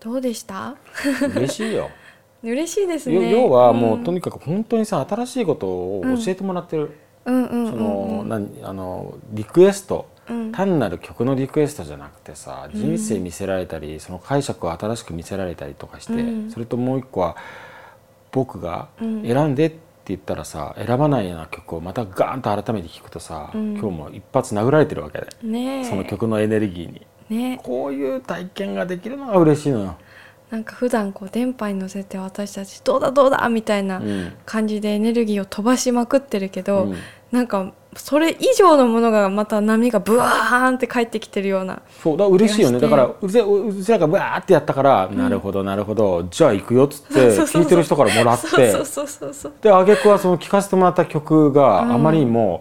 どうでした嬉しいよ嬉しいです よね要はもう、んとにかく本当にさ新しいことを教えてもらってる、うんうんうんうん、その何あのリクエストうん単なる曲のリクエストじゃなくてさ人生見せられたり、その解釈を新しく見せられたりとかして、うんそれともう一個は僕がうん選んでって言ったらさ選ばないような曲をまたガーンと改めて聴くとさ、うん今日も一発殴られてるわけで、ねえその曲のエネルギーにねこういう体験ができるのが嬉しいのよ。なんか普段こう電波に乗せて私たちどうだどうだみたいなうん感じでエネルギーを飛ばしまくってるけど、うんなんかそれ以上のものがまた波がブワーンって返ってきてるようなそうだから嬉しいよね増やだしてからうぜうちらがわーってやったから、なるほどなるほどじゃあ行くよっつって そうそうそう聞いてる人からもらってそうそうそうそうそうで挙句はその聴かせてもらった曲がうんあまりにも、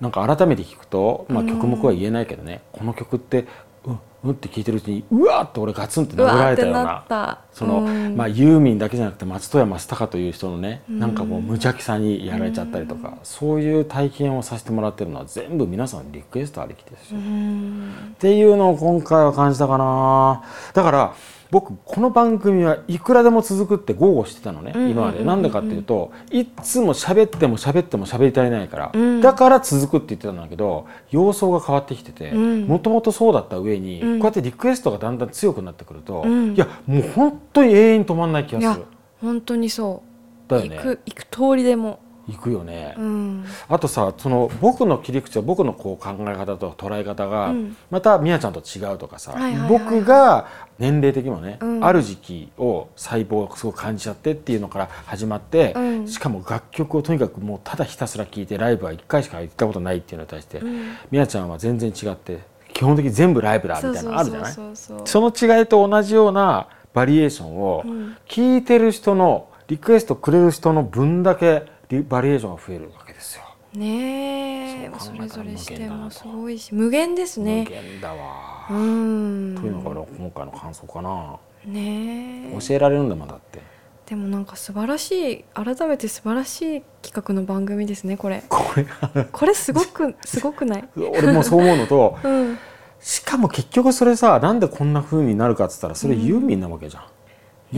なんか改めて聴くと、まあ、曲目は言えないけどね、この曲ってうんうんって聴いてるうちにうわーって俺ガツンってう殴らわーれったてようななったその、うんまあ、ユーミンだけじゃなくて松任谷正隆という人のね、うんなんかもう無邪気さにやられちゃったりとか、そういう体験をさせてもらってるのは全部皆さんリクエストありきですよ。うんっていうのを今回は感じたかなだから僕この番組はいくらでも続くって豪語してたのねうんうんうん今までなんでかっていうといっつも喋っても喋っても喋り足りないから、うんだから続くって言ってたんだけど様相が変わってきててうんもともとそうだった上に、うんこうやってリクエストがだんだん強くなってくると、うんいやもう本当に永遠に止まんない気いがすやる本当にそう、だよ行ねく行く通りでも行くよね、うんあとさその僕の切り口は僕のこう考え方と捉え方が、うんまたみやちゃんと違うとかさ、はいはいはいはい僕が年齢的にもね、うんある時期を細胞がすごく感じちゃってっていうのから始まって、うんしかも楽曲をとにかくもうただひたすら聴いてライブは1回しか行ったことないっていうのに対して、うんみやちゃんは全然違って基本的に全部ライブだみたいなのあるじゃないそうそうそうそうその違いと同じようなバリエーションをうん聞いてる人のリクエストくれる人の分だけリバリエーションが増えるわけですよ。ねえそそう考えれたぞら無れ限視だ点なともすごいし無限ですね無限だわ、うんというのが俺は今回の感想かな、ねえ教えられるんだもんだってでもなんか素晴らしい改めて素晴らしい企画の番組ですねこれこれがこれすご くすごくない俺もそう思う のとうんしかも結局それさなんでこんな風になるかっつったらそれユーミンなわけじゃん、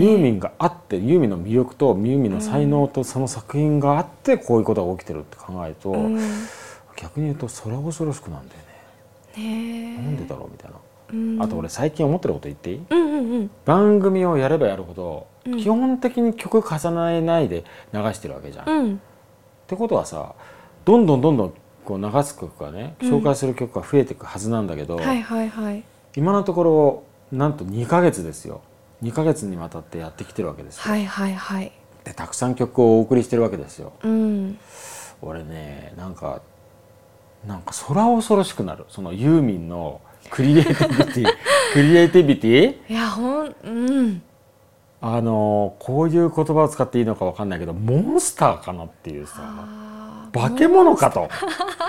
ユーミンがあってユーミンの魅力とユーミンの才能とその作品があってこういうことが起きてるって考えると、うん逆に言うとそれは恐ろしくなんだよねえねなんでだろうみたいな、うんあと俺最近思ってること言っていいうんうんうん番組をやればやるほど、うん基本的に曲重ねないで流してるわけじゃん、うんってことはさどんどんどんどんこう流す曲がねうん紹介する曲が増えていくはずなんだけど、はいはいはい今のところなんと2ヶ月ですよ2ヶ月にわたってやってきてるわけですよ、はいはいはいでたくさん曲をお送りしてるわけですようん俺ねなんかなんかそら恐ろしくなるそのユーミンのクリエイティビ ティクリエイティビティいやほんうんあのこういう言葉を使っていいのかわかんないけどモンスターかなっていうさあー化け物かと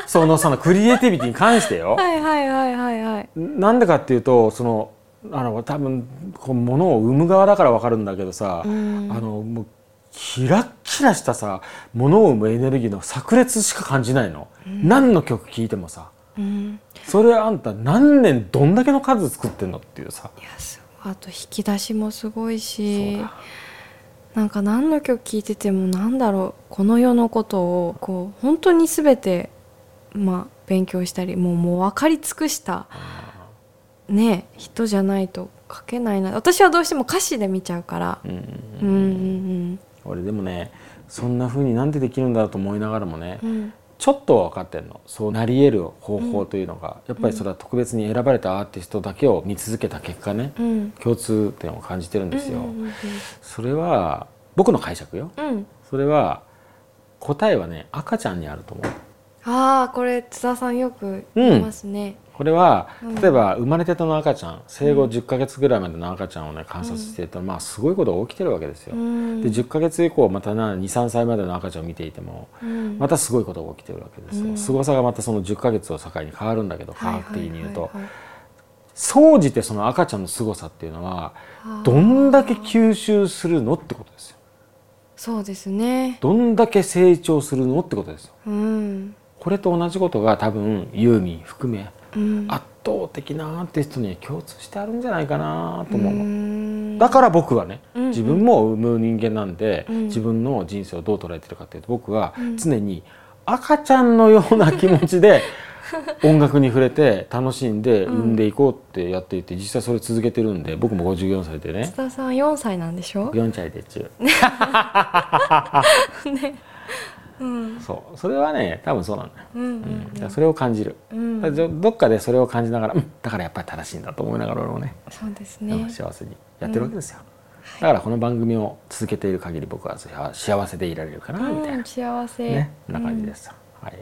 そのそのクリエイティビティに関してよはいはいはいはいはいなんでかっていうとそのあの多分こう物を生む側だからわかるんだけどさ、うんあのもうキラッキラしたさ物を生むエネルギーの炸裂しか感じないの、何の曲聴いてもさうんそれあんた何年どんだけの数作ってんのっていうさいやすごいあと引き出しもすごいしそうだなんか何の曲聴いててもなんだろうこの世のことをこう本当に全てまあ勉強したりもうもう分かり尽くしたね人じゃないと書けないな私はどうしても歌詞で見ちゃうからうんうんうんうん俺でもねそんな風になんでできるんだろうと思いながらもね、うんうんちょっとは分かってんのそうなり得る方法というのが、やっぱりそれは特別に選ばれたアーティストだけを見続けた結果ね、うん共通点を感じてるんですうよ、んそれは僕の解釈ようんうんそれは答えはね赤ちゃんにあると思うああこれ津田さんよく言いますね、これはうん例えば生まれてたの赤ちゃん生後10ヶ月ぐらいまでの赤ちゃんをね観察していたら、まあすごいことが起きてるわけですよ、うんで10ヶ月以降また23歳までの赤ちゃんを見ていてもうんまたすごいことが起きてるわけですよ、うん凄さがまたその10ヶ月を境に変わるんだけど科学的に言うとはいはいはい総じてその赤ちゃんの凄さっていうのははいどんだけ吸収するのってことですよそうですねどんだけ成長するのってことですようんこれと同じことが多分ユーミン含めうん圧倒的なアーティストには共通してあるんじゃないかなと思ううーんだから僕はね、うんうん自分も産む人間なんで、うん自分の人生をどう捉えてるかっていうと僕はうん常に赤ちゃんのような気持 ちで音楽に触れて楽しんでうん産んでいこうってやっていて実際それ続けてるんで僕も54歳で津ね田さん4歳なんでしょ、 4歳で中 うん、そうそれはね多分そうなんだよ、うんうんうんだからそれを感じる、うん、うだからん、どっかでそれを感じながら、うんだからやっぱり正しいんだと思いながら俺もねそうですね幸せにやってるわけですよ、だからこの番組を続けている限り僕は幸せでいられるかなみたいな、うん、幸せ、、ね、こんな感じですす、はい